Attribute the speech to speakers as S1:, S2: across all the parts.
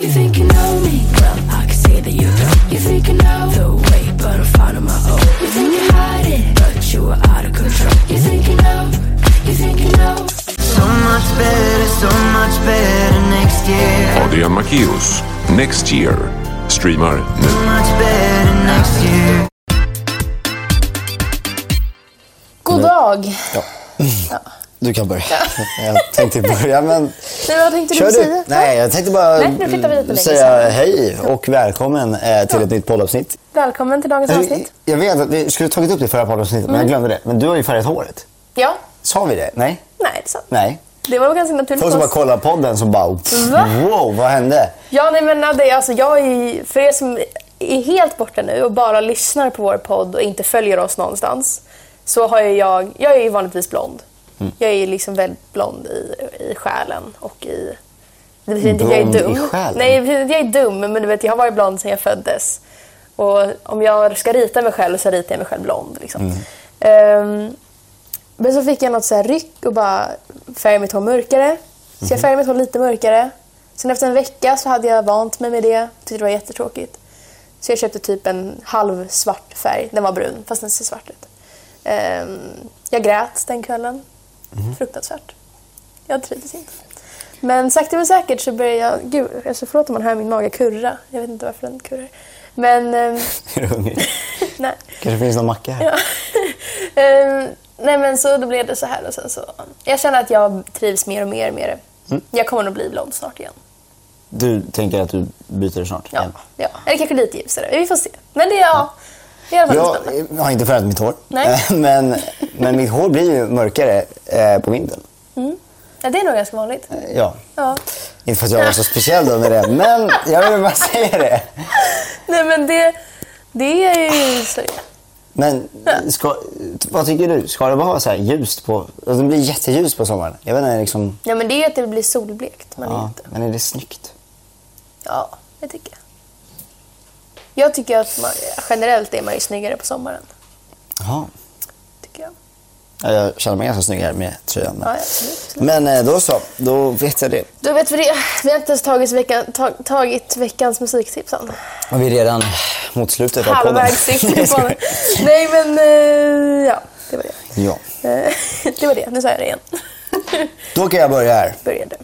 S1: You think you know me? Well, I can see that you don't. You think you know the way, but I'm finding my own. You think you hide it, but you are out of control. You think you know? You think you know?
S2: So much better, so much better next year.
S3: Adrian Macchius, Next Year, streamar nu.
S2: So much better next year.
S4: God dag!
S5: Du kan börja. Jag tänkte börja, men...
S4: Nej, vad tänkte
S5: Kör
S4: du
S5: du?
S4: säga?
S5: Nej, jag tänkte bara mm,
S4: Nej, nu flyttar vi lite längre
S5: säga hej och välkommen eh, till ett nytt poddavsnitt. Eh,
S4: Välkommen till dagens avsnitt. Mm.
S5: Jag vet att vi skulle tagit upp det i förra poddavsnittet, men jag glömde det. Men du har ju färgat håret.
S4: Ja.
S5: Sa vi det? Nej?
S4: Nej, det är sant.
S5: Nej.
S4: Det var väl ganska naturligt
S5: Folk som bara
S4: för oss.
S5: kollar podden som bara... pff,
S4: Va?
S5: Wow, vad hände?
S4: Ja, nej men det, alltså, jag är ju- för er som är helt borta nu och bara lyssnar på vår podd och inte följer oss någonstans. Så har ju jag, jag är ju vanligtvis blond.
S5: Mm.
S4: Jag är ju liksom väldigt blond i, i själen och i... Det betyder inte att jag är
S5: Blond i
S4: dum.
S5: själen?
S4: Nej, det betyder inte att jag är dum, men du vet, jag har varit blond sedan jag föddes. Och om jag ska rita mig själv så ritar jag mig själv blond. Liksom.
S5: Mm.
S4: Ehm, men så fick jag något så här ryck och bara färgade mitt hår mörkare. Så jag färgade mitt hår lite mörkare. Sen efter en vecka så hade jag vant mig med det. Tyckte det var jättetråkigt. Så jag köpte typ en halv svart färg. Den var brun, fast den ser svart ut. Ehm, jag grät den kvällen. Fruktansvärt. Jag trivdes inte. Men sakta men säkert så började jag... Gud, alltså förlåt om man hör min mage kurra. Jag vet inte varför den kurrar. Men... ehm,
S5: Är du hungrig?
S4: nej.
S5: Kanske finns någon macka här?
S4: Ehm, nej men så då blev det så här och sen så... Jag känner att jag trivs mer och mer med det. Jag kommer nog bli blond snart igen.
S5: Du tänker att du byter det snart?
S4: Ja.
S5: igen.
S4: ja. Eller kanske lite ljusare. Vi får se. Men det är jag. Det är i alla fall
S5: Jag
S4: spännande.
S5: eh, har inte färgat mitt hår.
S4: Nej.
S5: Men, men mitt hår blir ju mörkare eh, på vintern.
S4: Ja, det är nog ganska vanligt.
S5: Ja.
S4: Ja.
S5: Inte för att jag var så speciell då med det, men jag vill bara säga det.
S4: Nej men det... Det är ju... Så,
S5: Men ska, vad tycker du? Ska det vara så här ljust på... Alltså det blir jätteljust på sommaren. Jag vet inte, liksom...
S4: ja men det är ju att det blir solblekt. Man är
S5: Ja,
S4: inte.
S5: men är det snyggt?
S4: Ja, det tycker jag. Jag tycker att man, generellt är man ju snyggare på sommaren.
S5: Jaha.
S4: Tycker jag.
S5: Ja, Jag känner mig ganska snygg här med tröjan.
S4: Ja,
S5: Men,
S4: absolut. absolut.
S5: men eh, då så, då vet jag det.
S4: Då vet vi det. Vi har inte ens tagit, veckan, tag, tagit veckans musiktips än.
S5: Och vi är redan mot slutet av podden.
S4: Halvvägs in
S5: Jag
S4: på den.
S5: skojar.
S4: Nej men, eh, ja. Det var det.
S5: Ja.
S4: Eh, Det var det. Nu sa jag det igen.
S5: Då kan jag börja här.
S4: Börjar du.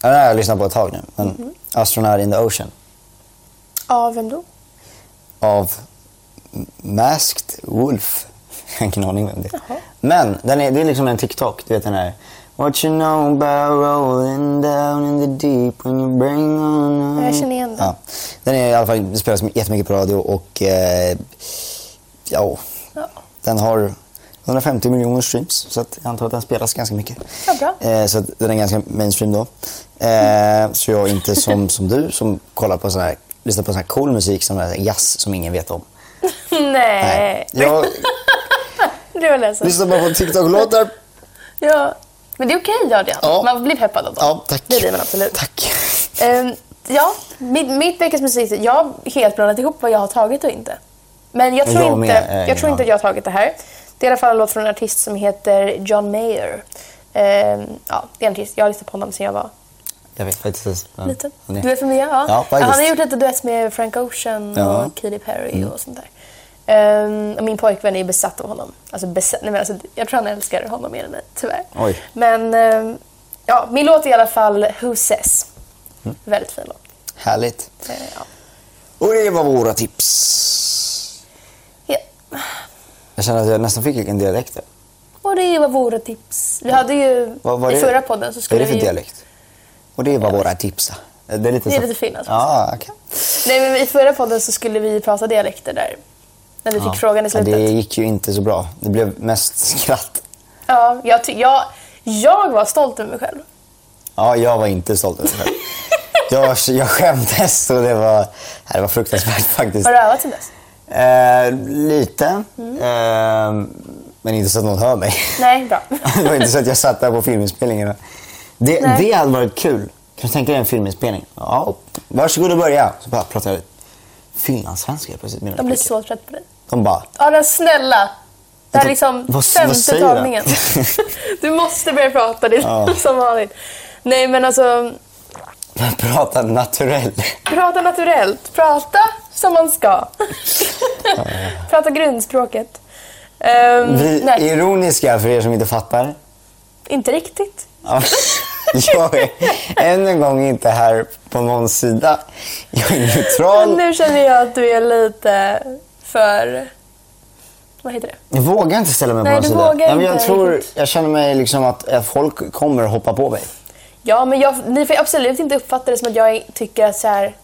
S5: Den här har jag lyssnat på ett tag nu. Men Astronaut in the Ocean
S4: Ja, vem då?
S5: av M- Masked Wolf. Jag har ingen aning vem det är. Men den är, det är liksom en TikTok. Du vet den här. What you know about rolling down in the deep when you bring on...
S4: Jag känner igen den.
S5: Ja. Den är i alla fall, spelas jättemycket på radio och eh, ja,
S4: Ja.
S5: den har 150 miljoner streams så att jag antar att den spelas ganska mycket.
S4: Ja, bra.
S5: Eh, så att den är ganska mainstream då. Eh, Så jag är inte som, som du som kollar på sån här, lyssnar på sån här cool musik som är jazz som ingen vet om.
S4: Nej.
S5: Jag
S4: Det var ledsen.
S5: lyssnar bara på TikTok-låtar.
S4: Ja. Men det är okej, Adrian.
S5: Ja.
S4: Man blir peppad av dem.
S5: Ja, tack.
S4: Det blir man absolut.
S5: Tack.
S4: Ehm, ja, mitt, mitt veckans musik. Jag har helt blandat ihop vad jag har tagit och inte. Men jag tror,
S5: Jag
S4: inte,
S5: med, eh,
S4: jag tror
S5: ja.
S4: inte att jag har tagit det här. Det är i alla fall en låt från en artist som heter John Mayer. Ehm, ja, det är en artist. Jag har lyssnat på honom sedan jag var
S5: Jag vet faktiskt vem
S4: liten.
S5: han är.
S4: Du är för mig, ja.
S5: Ja,
S4: han
S5: faktiskt.
S4: har gjort lite duett med Frank Ocean
S5: Ja. Mm.
S4: och Katy Perry och sånt där. Ehm, och min pojkvän är besatt av honom. Alltså, besatt, nej, men alltså, jag tror han älskar honom mer än mig, tyvärr.
S5: Oj.
S4: Men ehm, ja, min låt är i alla fall Who Says.
S5: Mm.
S4: Väldigt fin låt.
S5: Härligt.
S4: Eh, ja.
S5: Och det var våra tips.
S4: Ja.
S5: Jag känner att jag nästan fick en dialekt där.
S4: Och det var våra tips. Vi hade ju
S5: Vad var
S4: i
S5: det?
S4: förra podden så
S5: Vad är
S4: skulle
S5: det för
S4: vi ju...
S5: dialekt? Och det var våra tips. va? Det är lite,
S4: Det är
S5: så-
S4: lite alltså. finlandssvenskt.
S5: Ja, okej.
S4: Nej, men i förra podden så skulle vi prata dialekter där. När vi fick
S5: Ja.
S4: frågan i
S5: Ja,
S4: slutet.
S5: Det gick ju inte så bra. Det blev mest skratt.
S4: Ja, jag, ty- jag, jag var stolt över mig själv.
S5: Ja, jag var inte stolt över det. Jag, jag skämdes och det var, nej, det var fruktansvärt faktiskt.
S4: Har du Mm. övat sen dess?
S5: Eh, lite. Eh, men inte så att någon hör mig.
S4: Nej, bra.
S5: det var inte så att jag satt där på filminspelningen. Det,
S4: Nej.
S5: det hade varit kul. Kan du tänka dig en filminspelning? Ja. Varsågod och börja. Så bara pratar jag finlandssvenska helt plötsligt. mina
S4: De blir
S5: repliker.
S4: så trött på dig.
S5: De bara...
S4: Adam, snälla! Det här är liksom
S5: Vad- vad
S4: femte
S5: säger jag?
S4: tagningen. Du måste börja prata, det är som vanligt. Nej, men alltså...
S5: Prata naturell.
S4: Prata naturellt. Prata som man ska. Prata grundspråket. Ehm,
S5: Vi är
S4: nej,
S5: ironiska för er som inte fattar.
S4: inte riktigt.
S5: Ja, Jag är än en gång inte här på någon sida. Jag är
S4: Men
S5: neutral.
S4: nu känner jag att du är lite för... Vad heter det?
S5: Jag vågar inte ställa mig
S4: Nej,
S5: på någon
S4: du
S5: sida.
S4: vågar
S5: men jag,
S4: inte
S5: tror,
S4: riktigt.
S5: jag känner mig liksom att eh, folk kommer hoppa på mig.
S4: Ja, men jag, ni får absolut inte uppfatta det som att jag tycker att så här,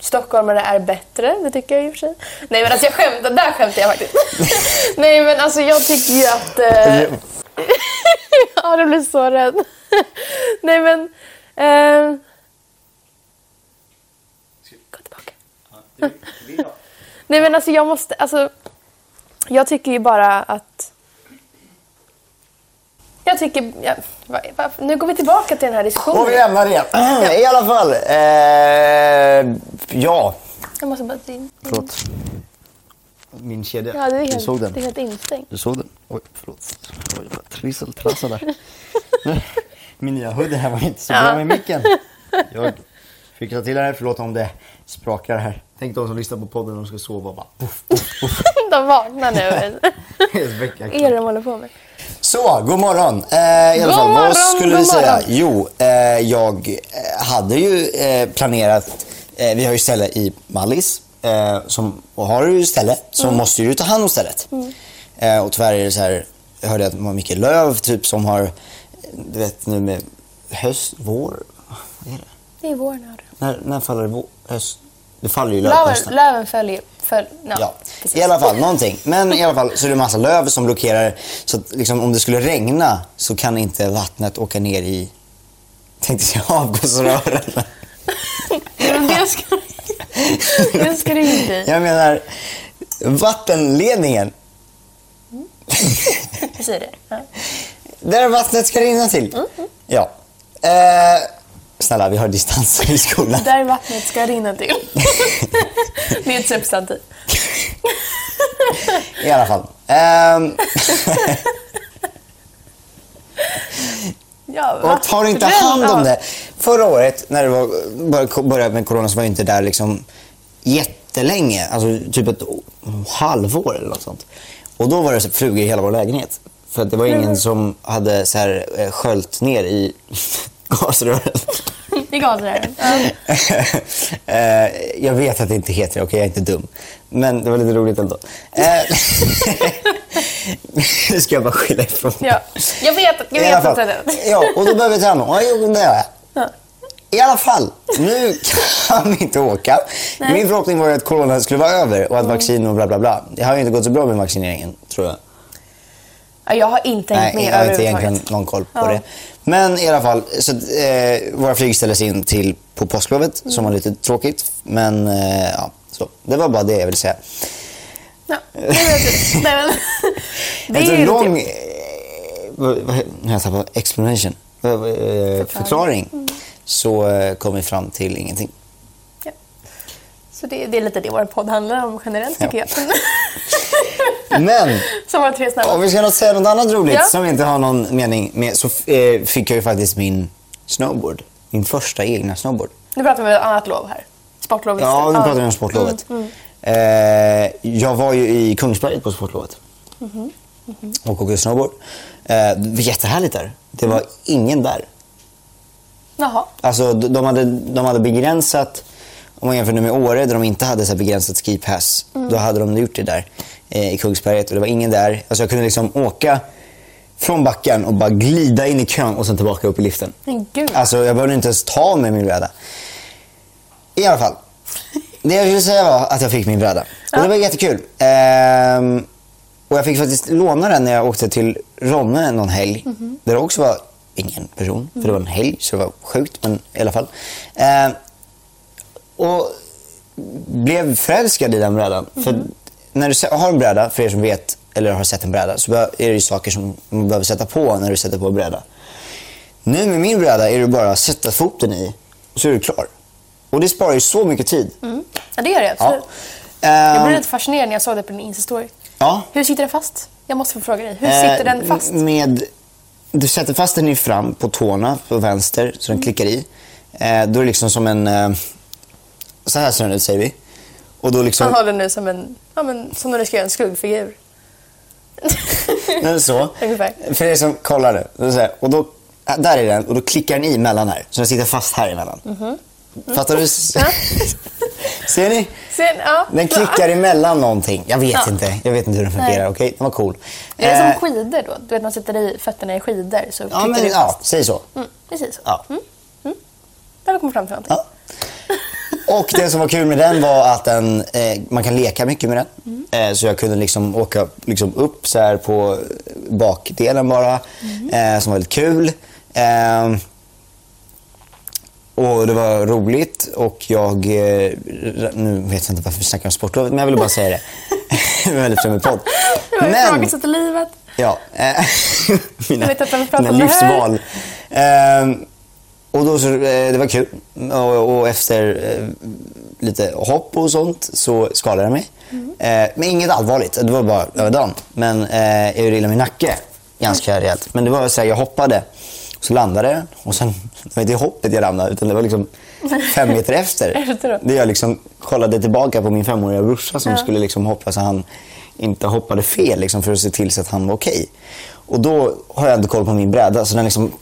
S4: stockholmare är bättre. Det tycker jag i och för sig. Nej, men alltså jag skämtar. Där skämtar jag faktiskt. Nej, men alltså jag tycker ju att... Eh, ja, du blir så rädd. Nej, men... Eh, gå tillbaka. Nej, men alltså jag måste... Alltså, jag tycker ju bara att... Jag tycker... Ja, va- va- nu går vi tillbaka till den här diskussionen.
S5: Och vi lämnar det. I alla fall. Eh, ja.
S4: Jag måste bara... In, in.
S5: Förlåt. Min kedja.
S4: Ja, det är helt,
S5: du såg den.
S4: Det är helt instängt.
S5: Du såg den? Oj, förlåt. Oj, jag bara trisseltrassar där. Min nya hoodie här var inte så bra med micken. Jag fick ta till den här. Förlåt om det sprakar här. Tänk de som lyssnar på podden och ska sova och bara poff, poff, poff.
S4: De vaknar nu. Är det de håller på med?
S5: Så, god morgon. Eh, i alla
S4: God
S5: fall,
S4: morgon,
S5: vad skulle vi
S4: god
S5: säga?
S4: morgon.
S5: Jo, eh, jag eh, hade ju eh, planerat, eh, vi har ju ställe i Mallis, eh, som, och har du ju ställe så
S4: Mm.
S5: måste du ju ta hand om stället. Eh, och tyvärr är det så här, jag hörde att det var mycket löv typ som har, du vet nu med höst, vår, vad är det?
S4: Det är vår nu.
S5: När, när faller det vår, höst? Det faller ju löv på hösten.
S4: Löven, löven följer... Föl, no,
S5: Ja, i alla fall någonting. Men i alla fall så är det massa löv som blockerar. Så att liksom, om det skulle regna så kan inte vattnet åka ner i, tänkte jag, avgasrören.
S4: Men det ska, det ska du inte i.
S5: Jag menar vattenledningen.
S4: Jag säger det. Ja.
S5: Där vattnet ska rinna till. Ja. Eh, snälla, vi har distanser i skolan.
S4: Där vattnet ska rinna till. Det är ett substantiv.
S5: I alla fall. Ehm,
S4: Ja,
S5: Och tar inte
S4: vatten-
S5: hand om
S4: Ja.
S5: det. Förra året när det var, bör- började med corona så var jag inte där liksom jättelänge. Alltså typ ett o- halvår eller något sånt. Och då var det så här flugor i hela vår lägenhet. För att det var ingen som hade så här, eh, sköljt ner i gasrören.
S4: Det är gasrören. Ja.
S5: Eh, jag vet att det inte heter det, okej jag är inte dum. Men det var lite roligt ändå. Eh, nu ska jag bara skylla ifrån mig.
S4: Ja. Jag vet, att- jag
S5: I
S4: vet
S5: alla
S4: att det är
S5: fall.
S4: det.
S5: Ja, och då behöver vi ta hand om. Ja, jo, det gör jag. I alla fall, nu kan vi inte åka. Min förhoppning var ju att corona skulle vara över och att vaccin och bla bla bla. Det har ju inte gått så bra med vaccineringen, tror jag.
S4: Ja, Jag har inte hängt med
S5: jag har inte
S4: överhuvudtaget.
S5: egentligen någon koll på
S4: Ja.
S5: det. Men i alla fall, så, att, eh, våra flyg ställdes in till på påsklovet som var lite tråkigt. Men eh, ja, så. det var bara det jag ville säga.
S4: Ja, jag vet inte. Nej, men, det är
S5: Efter
S4: ju
S5: en
S4: lång...
S5: lång... Eh, vad, vad, nu har jag tappat explanation. Vad- vad, eh, förklaring.
S4: Mm.
S5: Så eh, kom vi fram till ingenting.
S4: Så det, det är lite det vår podd handlar om generellt tycker
S5: Ja.
S4: jag.
S5: Men
S4: Som var tre snabba.
S5: om vi ska nå- säga något annat roligt
S4: Ja.
S5: som inte har någon mening med så f- eh, fick jag ju faktiskt min snowboard. Min första egna snowboard.
S4: Nu pratar vi om ett annat lov här. Mm. Sportlov visst.
S5: Ja, nu pratar vi om sportlovet. Eh, jag var ju i Kungsberget på sportlovet.
S4: Mm-hmm.
S5: Och åkte snowboard. Eh, det var jättehärligt där. Det var ingen där.
S4: Jaha.
S5: Alltså, d- de, hade, de hade begränsat, om man jämför nu med Åre där de inte hade så här begränsat skipass, då hade de gjort det där eh, i Kungsberget och det var ingen där. Alltså, jag kunde liksom åka från backen och bara glida in i kön och sen tillbaka upp i liften.
S4: Men gud.
S5: Alltså, jag behövde inte ens ta med min bräda. I alla fall. Det jag ville säga var att jag fick min bräda. Och det var jättekul. Ehm, och jag fick faktiskt låna den när jag åkte till Ronne någon helg. Där det också var ingen person, för det var en helg så det var sjukt. Men i alla fall. Ehm, och blev förälskad i den brädan. För när du se- har en bräda, för er som vet eller har sett en bräda, så be- är det ju saker som man behöver sätta på när du sätter på en bräda. Nu med min bräda är det bara att sätta foten i och så är du klar. Och det sparar ju så mycket tid.
S4: Ja, det gör det
S5: Ja.
S4: Mm, absolut. Jag blev
S5: Ehm,
S4: lite fascinerad när jag såg det på din Insta-story.
S5: ja.
S4: Hur sitter den fast? Jag måste få fråga dig. Hur
S5: Eh,
S4: sitter den fast? Mm.
S5: Med, du sätter fast den i fram på tårna på vänster så den klickar i. Eh, då är det liksom som en... Eh, så här ser den ut, säger vi. Och då liksom...
S4: Han håller nu som en, ja men som när du ska göra en skuggfigur.
S5: Den är så.
S4: Ungefär.
S5: För er som kollar nu. så är det Så här, och då, eh, där är den och då klickar den i mellan här. Så den sitter fast här emellan.
S4: Mhm.
S5: Fattar du? Ser ni?
S4: Sen, ja.
S5: Den klickar emellan någonting. Jag vet
S4: Ja.
S5: inte. Jag vet inte hur den fungerar. Okej, den var cool.
S4: Det är
S5: Eh,
S4: som skidor då. Du vet, man sätter i fötterna i skidor så
S5: ja,
S4: klickar
S5: men,
S4: du
S5: ja,
S4: fast.
S5: säg så.
S4: Mm, precis.
S5: Ja.
S4: Där har vi kommit fram till någonting.
S5: Ja. Och det som var kul med den var att den, eh, man kan leka mycket med den.
S4: Mm.
S5: Eh, så jag kunde liksom åka liksom upp så här på bakdelen bara,
S4: Mm.
S5: eh, som var väldigt kul. Eh, och det var roligt och jag, eh, nu vet jag inte varför vi snackar om sportlovet, men jag ville bara säga det. det var en väldigt flummig podd.
S4: Det var ju tragiskt att i livet.
S5: Ja, eh, mina,
S4: Jag vet att de pratar
S5: mina
S4: om det här.
S5: livsval. Ehm, och då så, eh, det var kul. Och, och efter eh, lite hopp och sånt så skadade jag mig. Eh, men inget allvarligt, det var bara överdan. Men eh, jag gjorde illa min nacke ganska rejält. Men det var så här, jag hoppade, så landade jag och sen, det var inte i hoppet jag ramlade utan det var liksom fem meter efter.
S4: Efter då?
S5: Det jag liksom kollade tillbaka på min femåriga brorsa som
S4: Ja.
S5: skulle liksom hoppa så han inte hoppade fel liksom, för att se till så att han var okej. Och då har jag inte koll på min bräda så den liksom...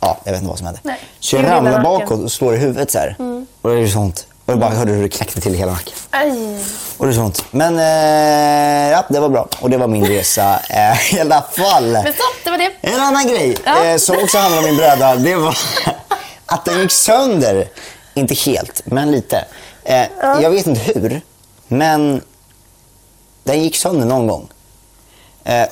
S5: Ja, jag vet inte vad som hände.
S4: Nej.
S5: Så jag
S4: Gjorde illa
S5: ramlar
S4: nacken. Mm.
S5: bakåt och slår i huvudet så här. Och det är så ont. Och jag bara hörde hur det knäckte till i hela nacken.
S4: Aj.
S5: Och det är så ont. Men eh, ja, det var bra. Och det var min resa eh, i alla fall.
S4: Men stopp, det var det.
S5: En annan grej
S4: Ja.
S5: eh, som också handlar om min bräda, det var att den gick sönder. Inte helt, men lite. Eh, Jag vet inte hur, men den gick sönder någon gång. Eh,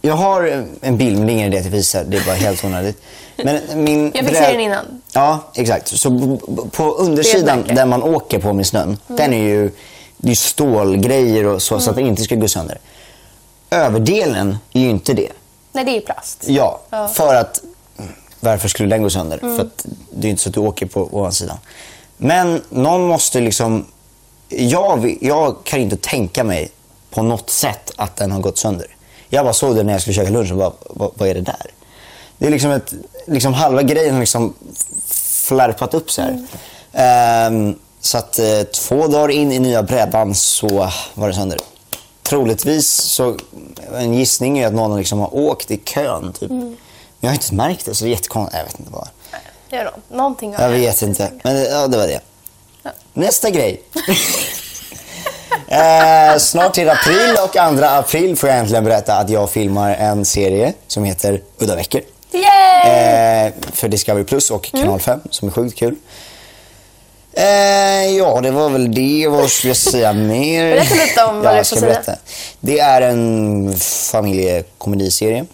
S5: jag har en bild, men det är ingen idé att jag visar. Det är bara helt onödigt. Men min
S4: Jag fixar
S5: brä-
S4: den innan.
S5: Ja, exakt. Så b- b- på undersidan
S4: märke.
S5: där man åker på med snön, den är ju det är ju stålgrejer och så, så att den inte ska gå sönder. Överdelen är ju inte det.
S4: Nej, det är ju plast.
S5: Ja,
S4: Ja.
S5: för att varför skulle den gå sönder? För att det är inte så att du åker på ovansidan. Men någon måste liksom... Jag, vi- jag kan inte tänka mig på något sätt att den har gått sönder. Jag bara såg den när jag skulle käka lunch och bara, vad, vad är det där? Det är liksom, ett, liksom halva grejen har liksom flärpat upp så här. Ehm, så att eh, två dagar in i nya brädan så var det sönder. Troligtvis så, en gissning är att någon liksom har åkt i kön typ. Men jag har inte märkt det så det är jättekonstigt. Jag vet inte vad.
S4: Gör då. Någonting har
S5: Jag
S4: hänt.
S5: vet inte. Men det- ja, det var det.
S4: Ja.
S5: Nästa grej. eh, snart till april och 2 april får jag äntligen berätta att jag filmar en serie som heter Udda veckor.
S4: Yay!
S5: Eh, för Discovery Plus och
S4: Mm.
S5: Kanal 5 som är sjukt kul. Eh, ja, det var väl det. Vad skulle jag säga mer?
S4: Berätta lite om vad
S5: ja,
S4: det är
S5: jag
S4: för
S5: ska
S4: serie.
S5: berätta. Det är en familjekomediserie.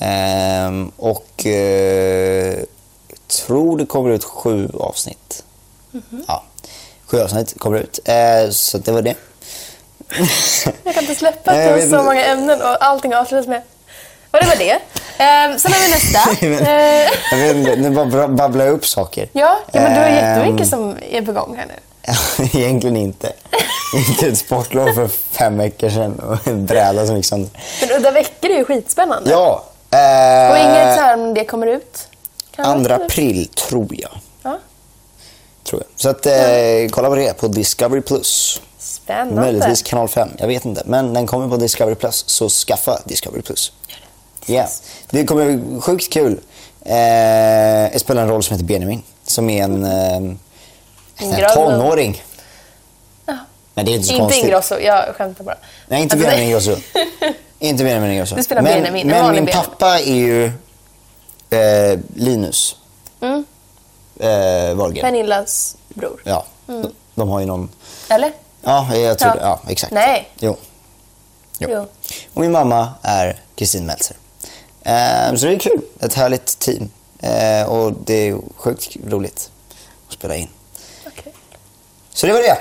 S5: Ehm, och eh, jag tror det kommer ut sju avsnitt.
S4: Mhm.
S5: Ja, sju avsnitt kommer ut. Eh, så det var det.
S4: Jag kan inte släppa att
S5: Nej,
S4: det
S5: eh, jag
S4: var
S5: vet
S4: så
S5: inte.
S4: många ämnen och allting avslutas med... Och det var det. Ehm, sen har vi nästa. Ehm,
S5: jag vet inte, nu bara babblar jag upp saker.
S4: ja, ja, men du har
S5: Ehm,
S4: jättemycket som är på gång här nu.
S5: Egentligen inte. inte ett sportlov för fem veckor sedan och en bräda som gick sönder.
S4: Men Udda veckor är ju skitspännande.
S5: Ja.
S4: Och inget så
S5: Eh,
S4: här om det kommer ut? kanske?
S5: 2 april, tror jag.
S4: Ja.
S5: Tror jag. Så att, eh, kolla på det på Discovery+. Plus.
S4: Spännande.
S5: Möjligtvis Kanal 5, jag vet inte. Men den kommer på Discovery+, Plus, så skaffa Discovery+. Plus. Ja, Det kommer bli sjukt kul. Eh, jag spelar en roll som heter Benjamin, som är en, eh, en
S4: Ingrosso.
S5: tonåring. Men det är inte så
S4: Inte
S5: konstigt.
S4: Ingrosso, jag skämtar bara.
S5: Nej, inte
S4: Alltså,
S5: Benjamin
S4: nej.
S5: Ingrosso. inte Benjamin Ingrosso.
S4: Du spelar
S5: men,
S4: Benjamin, en
S5: Men
S4: vanlig
S5: min
S4: Benjamin.
S5: pappa är ju eh, Linus eh, Wahlgren.
S4: Mm, Pernillas bror.
S5: Ja, de, de har ju någon...
S4: Eller?
S5: Ja, jag tror
S4: Mm. Ja.
S5: det. Ja, exakt.
S4: Nej.
S5: Jo. Jo.
S4: Jo.
S5: Och min mamma är Kristin Meltzer. Eh, så det är kul. Ett härligt team. Eh, och det är sjukt roligt att spela in.
S4: Okej.
S5: Så det var det.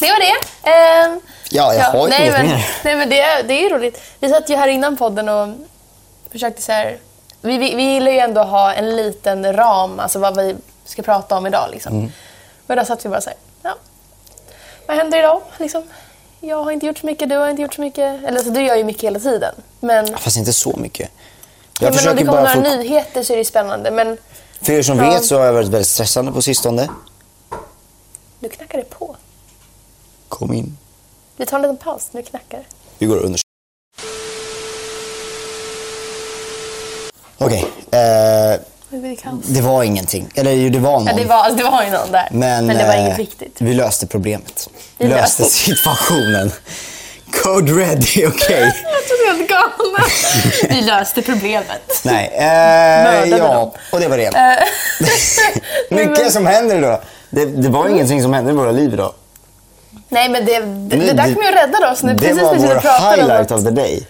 S4: Det var det. Ehm,
S5: Ja, jag har ju
S4: nej,
S5: inget
S4: men,
S5: mer.
S4: Nej, men det, är- det är ju roligt. Vi satt ju här innan podden och försökte så här... Vi, vi, vi gillar ju ändå ha en liten ram, alltså vad vi ska prata om idag. Liksom.
S5: Mm.
S4: Men då satt vi bara så här... Ja, vad händer idag? Liksom, jag har inte gjort så mycket, du har inte gjort så mycket. Eller alltså, du gör ju mycket hela tiden. Men,
S5: Fast inte så mycket.
S4: ja,
S5: Jag
S4: men om det
S5: försöker
S4: kommer
S5: bara
S4: några
S5: få...
S4: nyheter så är det ju spännande. Men
S5: För er som
S4: Ja.
S5: vet så har jag varit väldigt stressande på sistone.
S4: Nu knackar det på.
S5: Kom in.
S4: Vi tar en liten paus. Nu knackar det.
S5: Vi går under. Okej, eh,
S4: Nu blir det kaos.
S5: det var ingenting. Eller ju, det var någon.
S4: Ja, det, var, det var ju någon där.
S5: Men,
S4: det var inget
S5: eh,
S4: viktigt.
S5: Vi löste problemet. Vi
S4: Vi
S5: löste
S4: löste-
S5: situationen. Code red är okej.
S4: Jag trodde jag var helt galen. Vi löste problemet.
S5: Nej,
S4: Mördade
S5: eh,
S4: dem.
S5: ja. Och det var det.
S4: Eh, nej, men-
S5: Mycket som händer idag. Det, det var ingenting som hände i våra liv idag.
S4: Nej, men det, det,
S5: Nu-
S4: det där kommer ju rädda oss nu.
S5: Det
S4: precis
S5: var
S4: precis
S5: vår
S4: vi pratade om
S5: highlight
S4: att-
S5: of the day.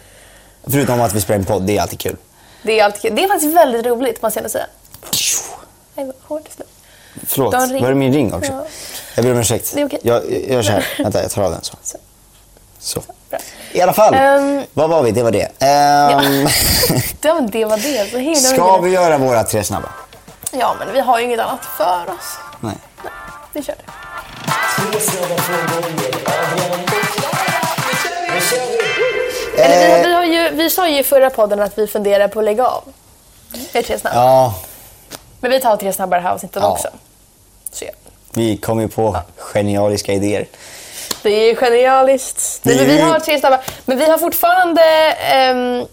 S5: Förutom att vi spelar en podd, det är alltid kul.
S4: det är, alltid, kul. det är faktiskt väldigt roligt, måste jag ändå säga. Nej, vad hårt det slog.
S5: Förlåt,
S4: Du har en ring.
S5: var det min ring också?
S4: Ja.
S5: Jag ber om ursäkt.
S4: Det är okej.
S5: Jag jag gör så här. Vänta, jag tar av den så.
S4: Så.
S5: Så.
S4: Bra.
S5: I alla fall,
S4: Ehm.
S5: vad var vi? Det var det. Ehm,
S4: Ja, men det var det. Så himla
S5: Ska
S4: mycket-
S5: vi göra våra tre snabba?
S4: Ja, men vi har ju inget annat för oss.
S5: Nej.
S4: Vi kör det.
S5: Eh.
S4: Eller vi, vi, har ju, vi sa ju i förra podden att vi funderar på att lägga av. Det är tre snabba.
S5: Ja,
S4: Men vi tar tre snabba det här avsnittet
S5: Ja.
S4: också. Så ja.
S5: vi kom ju på genialiska idéer.
S4: Det är ju genialiskt. Nej, men vi har tre snabba. Men vi har fortfarande ehm,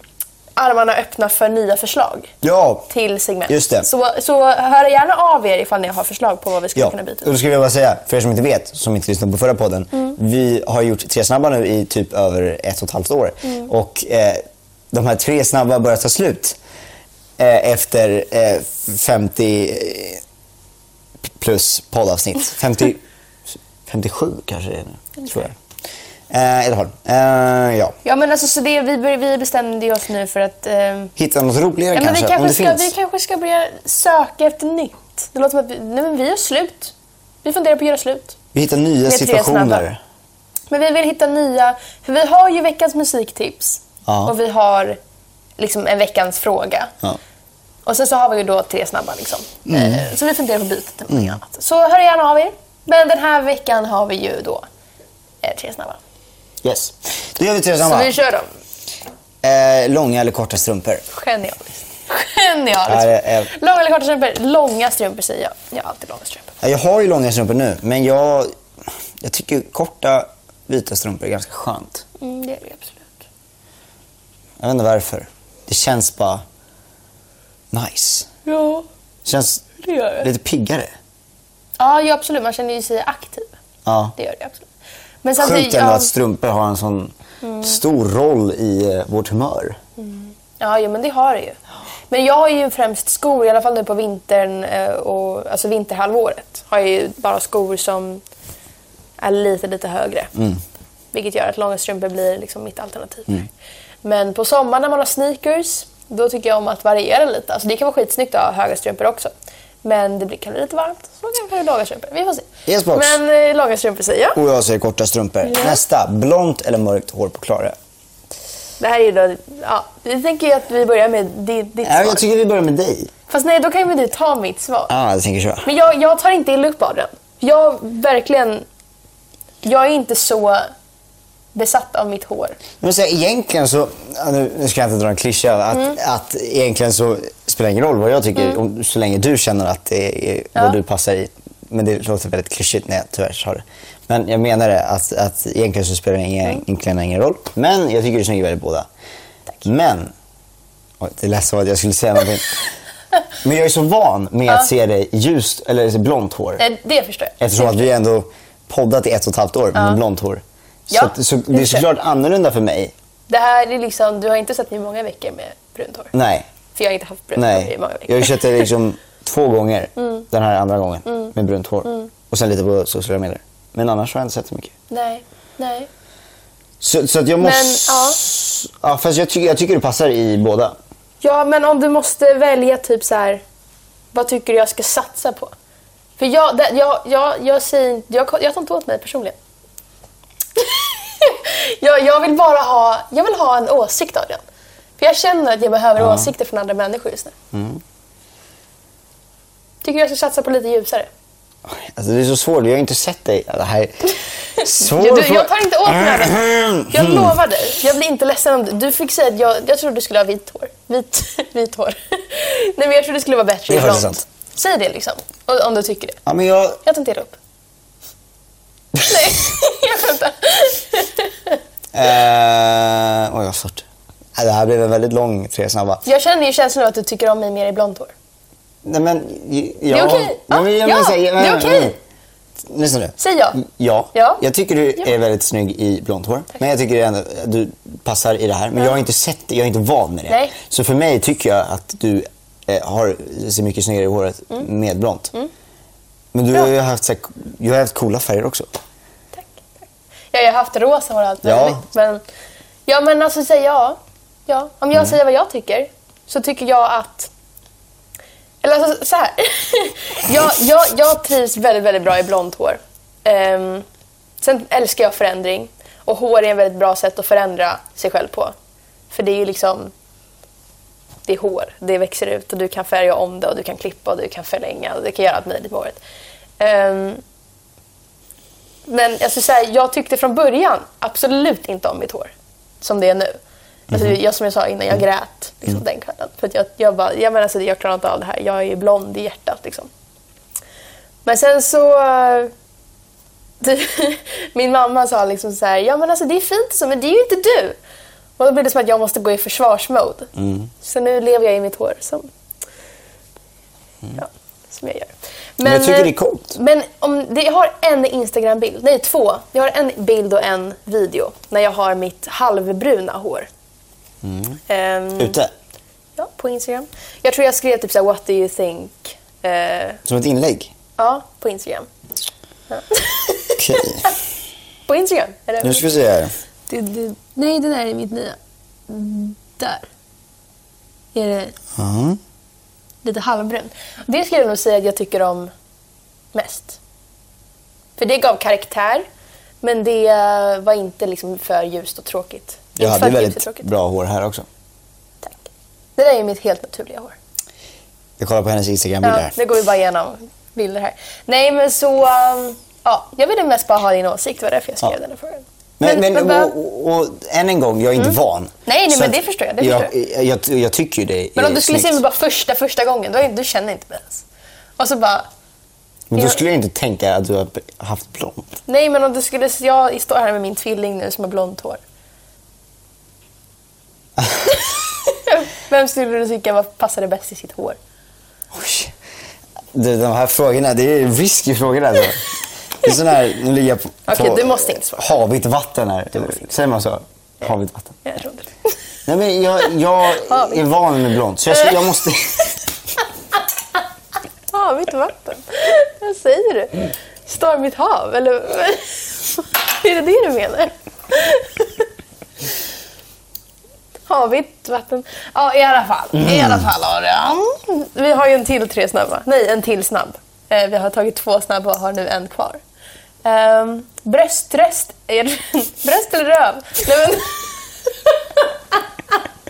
S4: armarna öppna för nya förslag
S5: Ja,
S4: till segment.
S5: Just det.
S4: Så, så hör gärna av er ifall ni har förslag på vad vi skulle
S5: Ja,
S4: kunna typ- byta
S5: och då
S4: ut.
S5: ska vi bara säga, för er som inte vet, som inte lyssnade på förra podden.
S4: Mm.
S5: Vi har gjort tre snabba nu i typ över ett och ett halvt år.
S4: Mm.
S5: Och eh, de här tre snabba börjar ta slut eh, efter eh, 50 eh, plus poddavsnitt. 50, 57 kanske det är nu, tror jag. Eh, I alla fall, eh, ja.
S4: Ja, men alltså, så det, vi, bör- vi bestämde ju oss nu för att... ehm,
S5: Hitta något roligare
S4: ja, men
S5: kanske,
S4: vi,
S5: om det
S4: kanske ska,
S5: finns.
S4: vi kanske ska börja söka efter nytt. Det låter som att vi, nej, men vi gör slut. Vi funderar på att göra slut.
S5: Vi hittar nya
S4: tre snabba.
S5: situationer.
S4: Men vi vill hitta nya, för vi har ju veckans musiktips
S5: Ja.
S4: och vi har liksom en veckans fråga.
S5: Ja.
S4: Och sen så har vi ju då tre snabba liksom.
S5: Mm.
S4: Eh, Så vi funderar på att byta till något annat. Så hör gärna av er. Men den här veckan har vi ju då eh, tre snabba.
S5: Yes. Då gör vi tre
S4: Så
S5: snabba.
S4: vi kör dem.
S5: Eh, långa eller korta strumpor?
S4: Genialiskt. Genialiskt.
S5: Ja, det är-
S4: Långa eller korta strumpor? Långa strumpor säger jag. Jag har alltid långa strumpor.
S5: Ja, Jag har ju långa strumpor nu, men jag, jag tycker korta vita strumpor är ganska skönt.
S4: Mm, det är det absolut.
S5: Jag vet inte varför. Det känns bara nice.
S4: Ja,
S5: Känns
S4: det gör jag.
S5: lite piggare.
S4: Ja, ja, absolut. Man känner ju sig aktiv.
S5: Ja.
S4: Det gör det absolut. Men
S5: Sjukt
S4: ja,
S5: ändå att strumpor har en sån stor roll i eh, vårt humör.
S4: Ja, jo, men det har det ju. Men jag har ju främst skor, i alla fall nu på vintern, eh, och, alltså vinterhalvåret. Har jag ju bara skor som är lite, lite högre.
S5: Mm.
S4: Vilket gör att långa strumpor blir liksom mitt alternativ. Men på sommaren när man har sneakers, då tycker jag om att variera lite. Alltså det kan vara skitsnyggt att ha höga strumpor också. Men det blir, kan bli lite varmt, så kanske det är långa strumpor. Vi får se.
S5: Yes, box.
S4: Men eh, långa strumpor säger jag.
S5: Och jag säger korta strumpor. Nästa, blont eller mörkt hår på Klara?
S4: Det här är ju då, ja, vi tänker ju att vi börjar med ditt, ditt
S5: Äh,
S4: svar.
S5: jag tycker vi börjar med dig.
S4: Fast nej, då kan ju du ta mitt svar.
S5: Ja, jag tänker så.
S4: Men jag, jag tar inte illa upp av den. Jag verkligen... Jag är inte så besatt av mitt hår.
S5: Men så här, egentligen så, ja, nu nu ska jag inte dra en klyscha, att,
S4: Mm.
S5: att egentligen så spelar det ingen roll vad jag tycker om, så länge du känner att det är vad
S4: Ja.
S5: du passar i. Men det låter väldigt klyschigt när jag tyvärr sa det. Men jag menar det, att, att egentligen så spelar det ingen,
S4: Mm.
S5: egentligen ingen roll. Men jag tycker du är snygg i väldigt båda. Men, oj, det lät som att jag skulle säga någonting. Men jag är så van med att se dig ljust, eller blont hår.
S4: Nej, det förstår jag.
S5: Eftersom att vi ändå poddat i ett och ett halvt år med blont hår. Så,
S4: Ja,
S5: att, så det är
S4: just det.
S5: såklart annorlunda för mig.
S4: Det här är liksom... Du har inte sett mig i många veckor med brunt hår.
S5: Nej,
S4: För jag har inte haft brunt hår i
S5: nej.
S4: många Mm. veckor.
S5: Jag har ju sett det liksom två gånger den här andra gången
S4: Mm.
S5: med brunt hår. Och sen lite på sociala medier. Men annars har jag inte sett så mycket.
S4: Nej, nej.
S5: Så, så att jag
S4: Men,
S5: måste...
S4: ja.
S5: ja. Fast jag tycker, jag tycker det passar i båda.
S4: Ja, men om du måste välja typ så här... Vad tycker du jag ska satsa på? För jag, det, jag, jag, jag säger inte... Jag, jag tar inte åt mig personligen. jag, jag vill bara ha... Jag vill ha en åsikt av den. För jag känner att jag behöver åsikter från andra människor just nu.
S5: Mm.
S4: Tycker jag ska satsa på lite ljusare.
S5: Alltså det är så svårt, jag har inte sett dig. Ja, Det här är svår
S4: Jag, du,
S5: fråga.
S4: jag tar inte åt mig av den.
S5: Mm.
S4: Jag lovar dig. Jag blir inte ledsen om du... Du fick säga att jag, jag trodde du skulle ha vitt hår. Vit, vit hår. Nej, men jag trodde det skulle vara bättre
S5: Det är
S4: i
S5: faktiskt
S4: blont.
S5: sant.
S4: Säg det liksom, o- om du tycker det.
S5: Ja, men jag...
S4: Jag tenterar upp. Nej, jag skämtar.
S5: Eh, oj, vad svårt. Nej, Det här blev en väldigt lång tre snabba.
S4: Jag känner ju känslan av att du tycker om mig mer i blont hår.
S5: Nej, men... j- Jag,
S4: Det är okej.
S5: Nej, men
S4: Ja,
S5: jag- men
S4: ja,
S5: säg-
S4: det är
S5: men-
S4: okej.
S5: men- Lyssna nu.
S4: Säg ja.
S5: Ja.
S4: Ja.
S5: Jag tycker du
S4: Ja.
S5: är väldigt snygg i blont hår. Men jag tycker ändå att du passar i det här. Men jag har inte sett det, jag är inte van med det.
S4: Nej.
S5: Så för mig tycker jag att du eh, har, ser mycket snyggare i håret
S4: Mm.
S5: med blont. Men du har ju haft, så här, du har haft coola färger också.
S4: Tack, tack. Ja, jag har haft rosa hår allt
S5: Ja.
S4: möjligt, men, ja, men alltså säg ja. ja. Om jag säger vad jag tycker så tycker jag att... Eller alltså så här. jag, jag, jag trivs väldigt, väldigt bra i blont hår. Ehm, sen älskar jag förändring och hår är ett väldigt bra sätt att förändra sig själv på. För det är ju liksom... Det är hår, det växer ut och du kan färga om det och du kan klippa och du kan förlänga och du kan göra allt möjligt med håret. Ehm, men jag skulle säga, jag tyckte från början absolut inte om mitt hår. Som det är nu. Alltså,
S5: Mhm.
S4: jag, som jag sa innan,
S5: Mm.
S4: jag grät liksom, den kvällen. För att jag, jag bara, jag, menar, alltså, jag klarar inte av det här. Jag är ju blond i hjärtat. Liksom. Men sen så... eh, Min mamma sa liksom så här, ja men alltså det är fint och så, men det är ju inte du. Och då blev det som att jag måste gå i försvarsmode.
S5: Mm.
S4: Så nu lever jag i mitt hår som, ja, som jag gör.
S5: Mm. Men jag tycker det är
S4: eh,
S5: coolt.
S4: men om, det, jag har en Instagram-bild. Nej, två. Jag har en bild och en video när jag har mitt halvbruna hår. Ehm,
S5: Mm. Ute.
S4: ja, på Instagram. Jag tror jag skrev typ såhär, what do you think? Eh,
S5: Som ett inlägg.
S4: ja, på Instagram.
S5: Okej.
S4: På Instagram? Är det-
S5: Nu ska vi se här.
S4: Det- det- nej, den här är mitt nya. Mm, Där. Är det
S5: Ja.
S4: lite halvbrun. Det skulle jag nog säga att jag tycker om mest. För det gav karaktär, men det var inte liksom för ljust och tråkigt.
S5: Jag
S4: inte för
S5: hade ju
S4: ljust och
S5: väldigt
S4: tråkigt.
S5: bra hår här också.
S4: Tack. Det där är mitt helt naturliga hår.
S5: Jag kollar på hennes Instagram-bild
S4: Ja,
S5: här.
S4: nu går vi bara igenom bilder här. Nej, men så... um, ja, jag ville mest bara ha din åsikt. Det var därför jag skrev
S5: Ja.
S4: den här frågan.
S5: Men, men,
S4: bara-
S5: och, och, och än en gång, jag är inte van.
S4: Mm. Nej, nej,
S5: Så
S4: men
S5: att
S4: det förstår jag, det
S5: jag,
S4: förstår
S5: jag, jag, jag tycker ju det
S4: men
S5: är
S4: om du skulle se
S5: snyggt.
S4: mig bara första, första gången, då är, du känner inte mig ens. Och så bara...
S5: Men då
S4: jag-
S5: skulle jag inte tänka att du har haft blont.
S4: Nej, men om du skulle... Jag står här med min tvilling nu som har blont hår. Vem skulle du tycka var- passade bäst i sitt hår?
S5: Oj. Du, de här frågorna, det är risky frågor alltså. Det är sån här, nu ligger jag på,
S4: Okej,
S5: på
S4: du måste inte svara.
S5: havigt vatten här. Säger man så? Havigt vatten.
S4: Jag tror inte det.
S5: Nej men jag, jag är van med blont, så jag, ska- jag måste...
S4: Havigt vatten? Vad säger du? Stormigt hav, eller? Är det det du menar? Havigt vatten. Ja, i alla fall. I alla fall, Adrian. Vi har ju en till tre snabba. Nej, en till snabb. Eh, Vi har tagit två snabba och har nu en kvar. Ehm, bröst, röst, är det- bröst eller röv? Nej, men...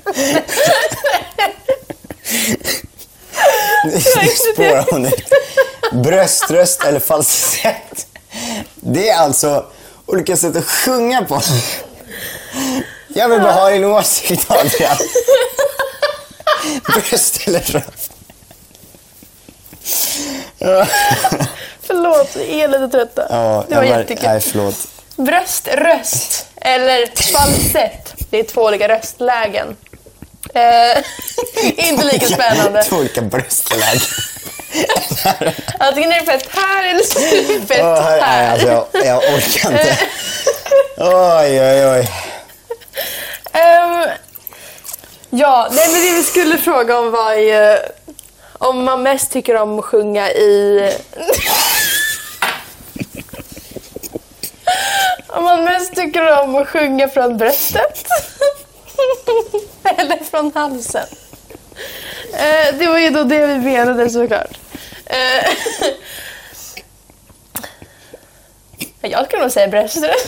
S5: spåra hon ut. Bröströst eller falsett. Det är alltså olika sätt att sjunga på. Jag vill bara ha din åsikt Adrian. Bröst eller röv?
S4: Förlåt, vi är lite trötta.
S5: Ja,
S4: det var
S5: jag bara-
S4: jättekul.
S5: Nej, förlåt.
S4: Bröst, röst eller falsett. Det är två olika röstlägen. Eh, inte lika spännande.
S5: Två olika bröstlägen.
S4: Antingen är det fett här eller så är det fett
S5: Åh, här- nej,
S4: här.
S5: alltså, jag, jag orkar inte. Oj, oj, oj.
S4: Ehm, ja, nej, men det vi skulle fråga om var ju om man mest tycker om att sjunga i... om man mest tycker om att sjunga från bröstet. Eller från halsen. Eh, det var ju då det vi menade såklart. Eh, Jag skulle nog säga bröströst.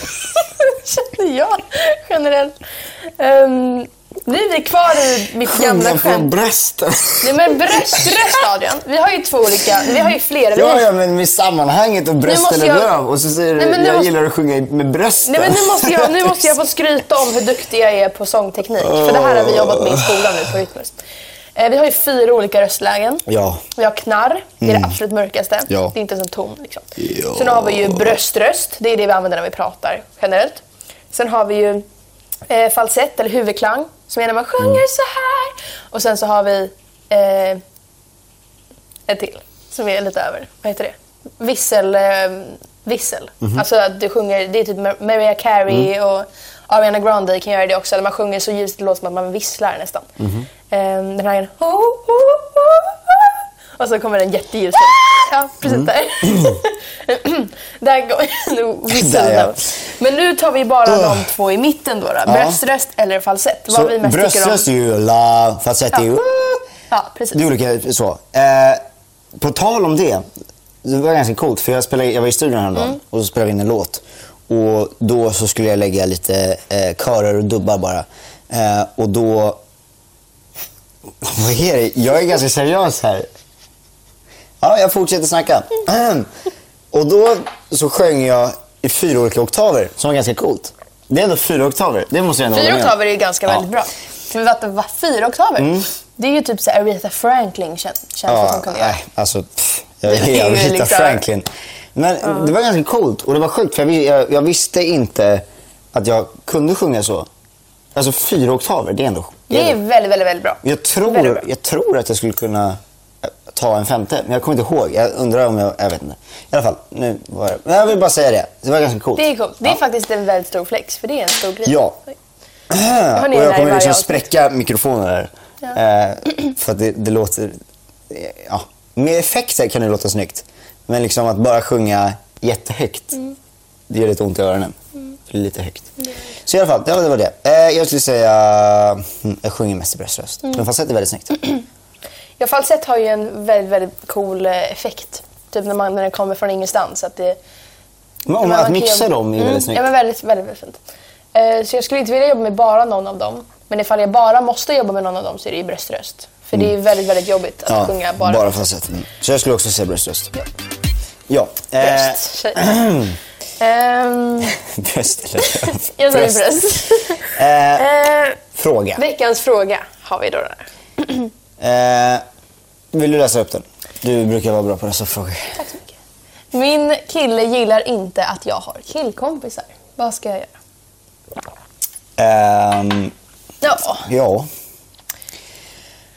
S4: Känner jag generellt. Ehm, nu är vi kvar i mitt gamla
S5: Sjunga från
S4: skämt.
S5: brösten.
S4: Nej men bröströst Adrian. Vi har ju två olika, vi har ju flera. Vi har
S5: Ja,
S4: ju-
S5: ja, men med sammanhanget och bröst
S4: måste
S5: eller
S4: jag-
S5: röv. Och så säger du,
S4: Nej, men nu
S5: jag
S4: måste-
S5: gillar att sjunga med brösten.
S4: Nej men nu måste, jag, nu måste jag få skryta om hur duktig jag är på sångteknik. För det här har vi jobbat med i skolan nu på Rytmus. Eh, vi har ju fyra olika röstlägen.
S5: Ja. Mm.
S4: Vi har knarr, det är det absolut mörkaste.
S5: Ja.
S4: Det är inte ens en ton. Liksom.
S5: Ja.
S4: Sen har vi ju bröströst, det är det vi använder när vi pratar generellt. Sen har vi ju eh, falsett, eller huvudklang, som är när man sjunger så här. Och sen så har vi eh, ett till, som är lite över. Vad heter det? Vissel. Eh, vissel.
S5: Mhm.
S4: Alltså att du sjunger, det är typ Mar- Mariah Carey
S5: Mm.
S4: och Ariana Grande kan göra det också. Eller man sjunger så ljust det låter som att man visslar nästan.
S5: Mhm.
S4: Eh, den här oh, oh, oh, oh. Och så kommer den jätteljus. Ja, precis
S5: Mm.
S4: där. där går nu visseln.
S5: Där, ja.
S4: då. Men nu tar vi bara de två i mitten då. då. Bröströst eller falsett. Vad
S5: Så
S4: vi mest
S5: bröströst är
S4: tycker om.
S5: ju la, falsett är ju...
S4: Ja, precis.
S5: Det är olika så. Eh, på tal om det, det var ganska coolt för jag, spelade, jag var i studion häromdagen
S4: Mm.
S5: och så spelade vi in en låt. Och då så skulle jag lägga lite eh, körer och dubbar bara. Eh, och då... Vad är det? Jag är ganska seriös här. Ja, jag fortsätter snacka. Ahem. Och då så sjöng jag i fyra olika oktaver, som var ganska coolt. Det är ändå fyra oktaver. Det måste jag ändå hålla
S4: Fyra
S5: med om.
S4: oktaver är ju ganska
S5: Ja. Mm.
S4: väldigt bra. För vad, vad, fyra oktaver? Det är ju typ så här Aretha Franklin känns kän, känns det som kunde göra.
S5: nej, alltså, pff, jag är
S4: Det är ju
S5: jävligt
S4: liksom-
S5: Franklin. Men det var ganska coolt och det var sjukt för jag, vi- jag, jag visste inte att jag kunde sjunga så. Alltså fyra oktaver, det är ändå...
S4: Det är väldigt, väldigt, väldigt bra.
S5: jag,
S4: väldigt bra.
S5: tror, jag tror att jag skulle kunna eh, ta en femte, men jag kommer inte ihåg. Jag undrar om jag... Jag vet inte. I alla fall, nu var det... Men jag vill bara säga det. Det var ganska coolt.
S4: Det är coolt. Det är
S5: Ja.
S4: faktiskt en väldigt stor flex, för det är en stor grej.
S5: Ja.
S4: har
S5: Och
S4: ni där i
S5: jag kommer
S4: varje
S5: liksom
S4: avsnitt.
S5: spräcka mikrofonen här.
S4: Ja.
S5: Eh, för att det, det låter... eh, Ja. Med effekter kan det låta snyggt. Men liksom att bara sjunga jättehögt,
S4: Mm.
S5: det gör lite ont i öronen. För det är lite högt. Så i alla fall, ja, det var det. Eh, jag skulle säga... mm, Jag sjunger mest i bröströst.
S4: Mm.
S5: Men falsett är väldigt snyggt.
S4: Ja, falsett har ju en väldigt, väldigt cool eh, effekt. Typ när, man, när den kommer från ingenstans. Att det,
S5: Men om
S4: men
S5: att
S4: man kan
S5: mixa
S4: jobba-
S5: dem är
S4: Mm,
S5: väldigt snyggt.
S4: Ja, men väldigt, väldigt, väldigt fint. Eh, Så jag skulle inte vilja jobba med bara någon av dem. Men ifall jag bara måste jobba med någon av dem så är det ju bröströst. För det är ju väldigt, väldigt jobbigt att
S5: Mm. Ja,
S4: sjunga bara.
S5: bara falsett. Mm. Så jag skulle också säga bröströst. Ja. Eh,
S4: Bröst, tjej. Ehm,
S5: bröst eller röv?
S4: jag sa ju
S5: Bröst.
S4: bröst.
S5: Eh,
S4: Eh,
S5: fråga.
S4: veckans fråga har vi då. där.
S5: Eh, vill du läsa upp den? Du brukar vara bra på dessa frågor.
S4: Tack så mycket. Min kille gillar inte att jag har killkompisar. Vad ska jag göra?
S5: Ehm,
S4: Ja,
S5: ja.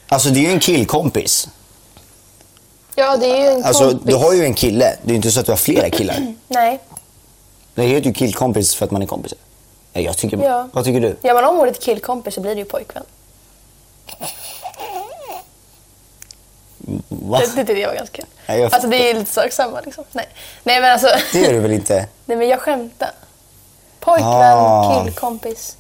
S5: Alltså det är ju en killkompis.
S4: ja det är ju en
S5: Alltså
S4: kompis.
S5: du har ju en kille. Det är ju inte så att du har flera killar.
S4: Nej.
S5: Det heter ju killkompis för att man är kompisar. Nej, Jag tycker,
S4: Ja.
S5: Vad tycker du?
S4: Gör man om ordet killkompis så blir det ju pojkvän.
S5: Va?
S4: Det tyckte jag var ganska kul.
S5: Ah. Nej, jag
S4: Alltså det är ju lite sak samma liksom. Nej. Nej men alltså,
S5: Det gör du väl inte?
S4: nej men jag skämtar. Pojkvän,
S5: Ah.
S4: killkompis.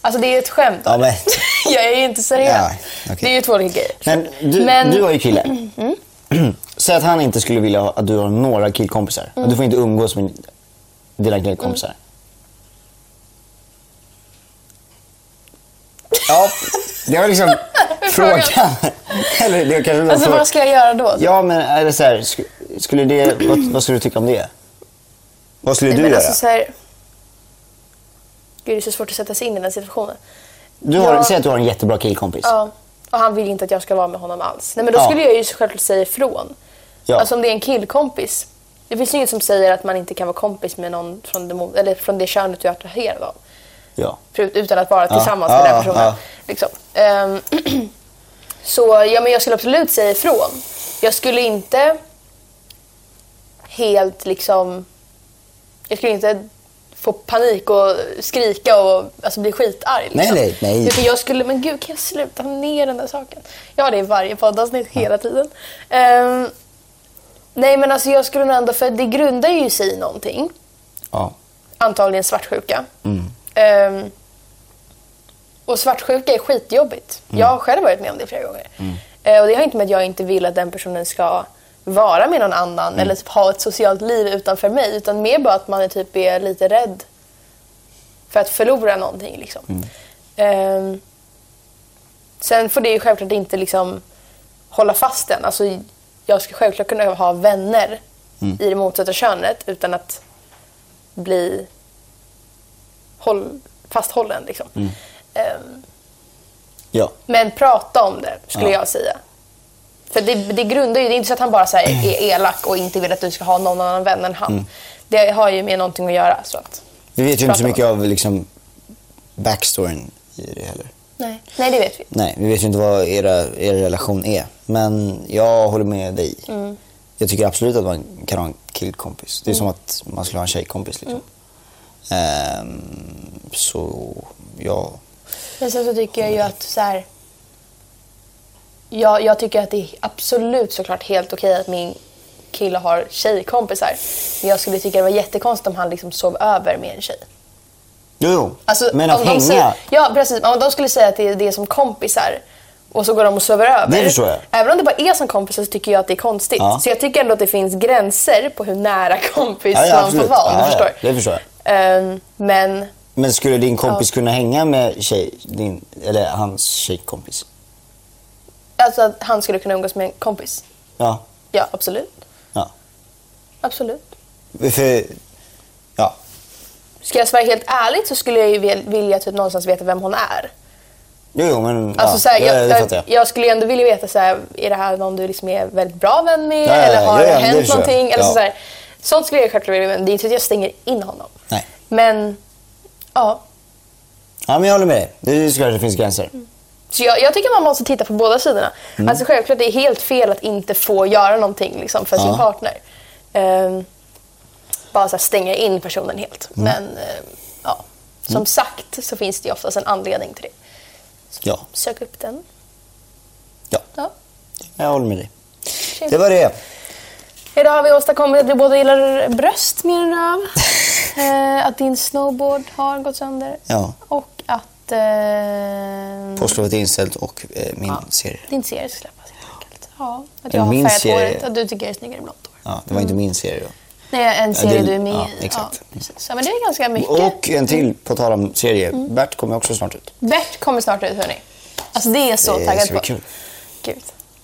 S4: Alltså det är ju ett skämt.
S5: Ja, men-
S4: jag är ju inte seriös.
S5: Ja, okej.
S4: Det är ju två olika grejer.
S5: Men du,
S4: Men- Mm.
S5: du har ju kille. Säg att han inte skulle vilja ha- att du har några killkompisar. Att Du får inte umgås med dina killkompisar.
S4: Mm.
S5: Ja, det var liksom
S4: Frågan.
S5: frågan. Eller det var kanske var
S4: Alltså
S5: frågan.
S4: vad ska jag göra då?
S5: Ja, men eller så här, sk- skulle det, vad, vad skulle du tycka om det? Vad skulle
S4: Nej,
S5: du
S4: men
S5: göra?
S4: alltså, så här... Gud, det är så svårt att sätta sig in i den situationen.
S5: du har,
S4: ja.
S5: Säg att du har en jättebra killkompis.
S4: Ja. Och han vill inte att jag ska vara med honom alls. Nej, men då
S5: Ja.
S4: skulle jag ju självklart säga ifrån.
S5: Ja.
S4: Alltså om det är en killkompis. Det finns ju inget som säger att man inte kan vara kompis med någon från det, mo- eller från det könet du är attraherad av.
S5: Ja.
S4: Förut- utan att vara tillsammans
S5: Ja,
S4: med den
S5: ja,
S4: personen.
S5: ja.
S4: Liksom. Ehm, så ja, men jag skulle absolut säga ifrån. Jag skulle inte helt liksom... Jag skulle inte få panik och skrika och alltså, bli skitarg. Liksom.
S5: Nej, nej, nej.
S4: Utan jag skulle, men gud kan jag sluta ner den där saken? Jag har det i varje poddavsnitt hela tiden. Ehm, nej men alltså jag skulle nog ändå, för det grundar ju sig i någonting
S5: ja.
S4: antagligen svartsjuka. Ehm, och svartsjuka är skitjobbigt. Jag har själv varit med om det flera gånger. Eh, och det har inte med att jag inte vill att den personen ska vara med någon annan eller typ ha ett socialt liv utanför mig. Utan mer bara att man är, typ är lite rädd för att förlora någonting. Liksom. Ehm, sen får det ju självklart inte liksom hålla fast den. Alltså, jag ska självklart kunna ha vänner i det motsatta könet utan att bli håll, fasthållen. Liksom. Ehm,
S5: Ja.
S4: Men prata om det, skulle
S5: Ja.
S4: jag säga. För det, det grundar ju, det är inte så att han bara så här, är elak och inte vill att du ska ha någon annan vän än han. Det har ju med någonting att göra. Så att,
S5: Vi vet ju inte
S4: Prata
S5: så
S4: om
S5: mycket
S4: det.
S5: av liksom, backstoryn i det heller.
S4: nej. nej, det vet vi.
S5: Nej, vi vet ju inte vad era, er relation är. Men jag håller med dig.
S4: Mm.
S5: Jag tycker absolut att man kan ha en killkompis. Det är som att man skulle ha en tjejkompis. Liksom.
S4: Mm.
S5: Ehm, så, ja.
S4: Men sen så tycker jag ju att så här, jag, jag tycker att det är absolut såklart helt okej att min kille har tjejkompisar. Men jag skulle tycka det var jättekonstigt om han liksom sov över med en tjej.
S5: Jo, jo.
S4: Alltså,
S5: men att
S4: om de
S5: hänga.
S4: säger- ja, precis. Om de skulle säga att det är, det är som kompisar och så går de och sover över.
S5: Det förstår jag.
S4: Även om det bara är som kompisar så tycker jag att det är konstigt.
S5: Ja.
S4: Så jag tycker ändå att det finns gränser på hur nära kompis
S5: Ja, ja,
S4: man får
S5: absolut.
S4: vara. Om du
S5: Ja, ja,
S4: förstår.
S5: det förstår jag.
S4: Ehm, men
S5: Men skulle din kompis kunna hänga med tjej, din, eller hans tjejkompis?
S4: alltså, att han skulle kunna umgås med en kompis.
S5: Ja.
S4: Ja, absolut.
S5: ja.
S4: Absolut.
S5: För, ja.
S4: Ska jag svara helt ärligt så skulle jag ju vil- vilja typ någonstans veta vem hon är.
S5: Jo, jo, men...
S4: Alltså,
S5: ja.
S4: så här,
S5: ja,
S4: jag,
S5: det fattar
S4: jag,
S5: jag.
S4: jag skulle ju ändå vilja veta, så här, är det här någon du liksom är väldigt bra vän med?
S5: Ja, ja,
S4: eller har
S5: ja,
S4: det
S5: ja, det
S4: hänt
S5: förstår jag.
S4: någonting? Eller
S5: Ja.
S4: så här, sånt skulle jag självklart vilja veta. men Det är inte så att jag stänger in honom.
S5: Nej.
S4: Men, ja.
S5: Ja, men jag håller med dig. Det är såklart att det finns gränser.
S4: Mm. Så jag, jag tycker man måste titta på båda sidorna.
S5: Mm.
S4: Alltså självklart, det är helt fel att inte få göra någonting liksom, för sin
S5: Ja.
S4: partner. Ehm, bara så här, stänga in personen helt.
S5: Mm.
S4: Men, ehm, ja. Som sagt så finns det ju oftast en anledning till det.
S5: Ja.
S4: Sök upp den.
S5: Ja.
S4: Ja.
S5: Jag håller med dig. Det var det.
S4: Idag har vi åstadkommit att vi båda gillar bröst mer än röv. eh, att din snowboard har gått sönder.
S5: Ja.
S4: Och att eh,
S5: Påståendet är inställt och eh, min serie.
S4: din serie ska släppas helt enkelt. Ja, att
S5: En
S4: jag har
S5: min
S4: färgat
S5: serie-
S4: håret. Att du tycker jag är snyggare blått hår.
S5: Ja, det var inte min serie då.
S4: Nej, en serie
S5: det-
S4: du är med
S5: ja,
S4: i.
S5: exakt.
S4: Ja, precis. Ja, men det är ganska mycket. Mm.
S5: Och en till, på tal om serie. Bert kommer också snart ut.
S4: Bert kommer snart ut hörni. Alltså det är jag så
S5: Det
S4: taggad
S5: ska
S4: på.
S5: bli kul.
S4: Gud.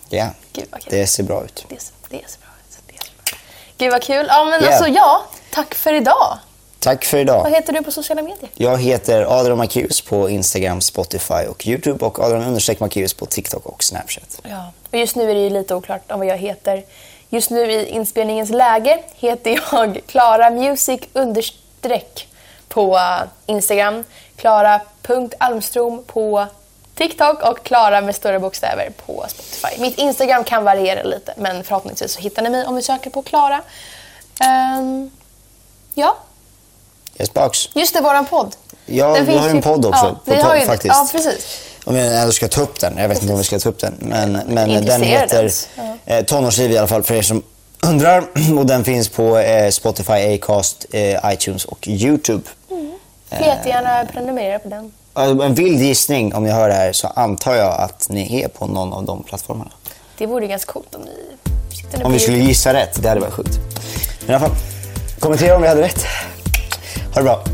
S5: Ja.
S4: Gud, vad kul.
S5: Det ser bra ut.
S4: Det är, så, det är så bra. Det är så bra. Gud vad kul. Ja men
S5: Ja.
S4: alltså ja, tack för idag.
S5: Tack för
S4: Vad
S5: idag.
S4: heter du på sociala medier?
S5: Jag heter Adrian Marcus på Instagram, Spotify och YouTube och Adrian understreck Marcus på TikTok och Snapchat.
S4: Ja. Och just nu är det ju lite oklart om vad jag heter. Just nu i inspelningens läge heter jag Klara Music understreck på eh, Instagram, klara.almstrom på TikTok och Klara med stora bokstäver på Spotify. Mitt Instagram kan variera lite men förhoppningsvis så hittar ni mig om ni söker på Klara. Ehm, ja,
S5: Jag är tillbaks.
S4: just det, våran podd.
S5: Ja,
S4: Den
S5: vi
S4: finns
S5: har ju en podd också.
S4: Ja,
S5: på
S4: vi
S5: tal-
S4: har ju,
S5: faktiskt.
S4: Ja, precis.
S5: Om jag ändå ska ta upp den. Jag vet inte om vi ska ta upp den. Men, men den
S4: Intresserad
S5: heter
S4: ens.
S5: eh, Tonårsliv i alla fall för er som undrar. Och den finns på eh, Spotify, Acast, eh, iTunes och YouTube. Eh.
S4: Jättegärna prenumerera på den.
S5: Alltså, En vild gissning om ni hör det här så antar jag att ni är på någon av de plattformarna.
S4: Det vore ju ganska coolt om ni sitter nu på
S5: Om vi skulle
S4: YouTube.
S5: gissa rätt, det hade varit sjukt. Men i alla fall, kommentera om vi hade rätt. Ha det bra.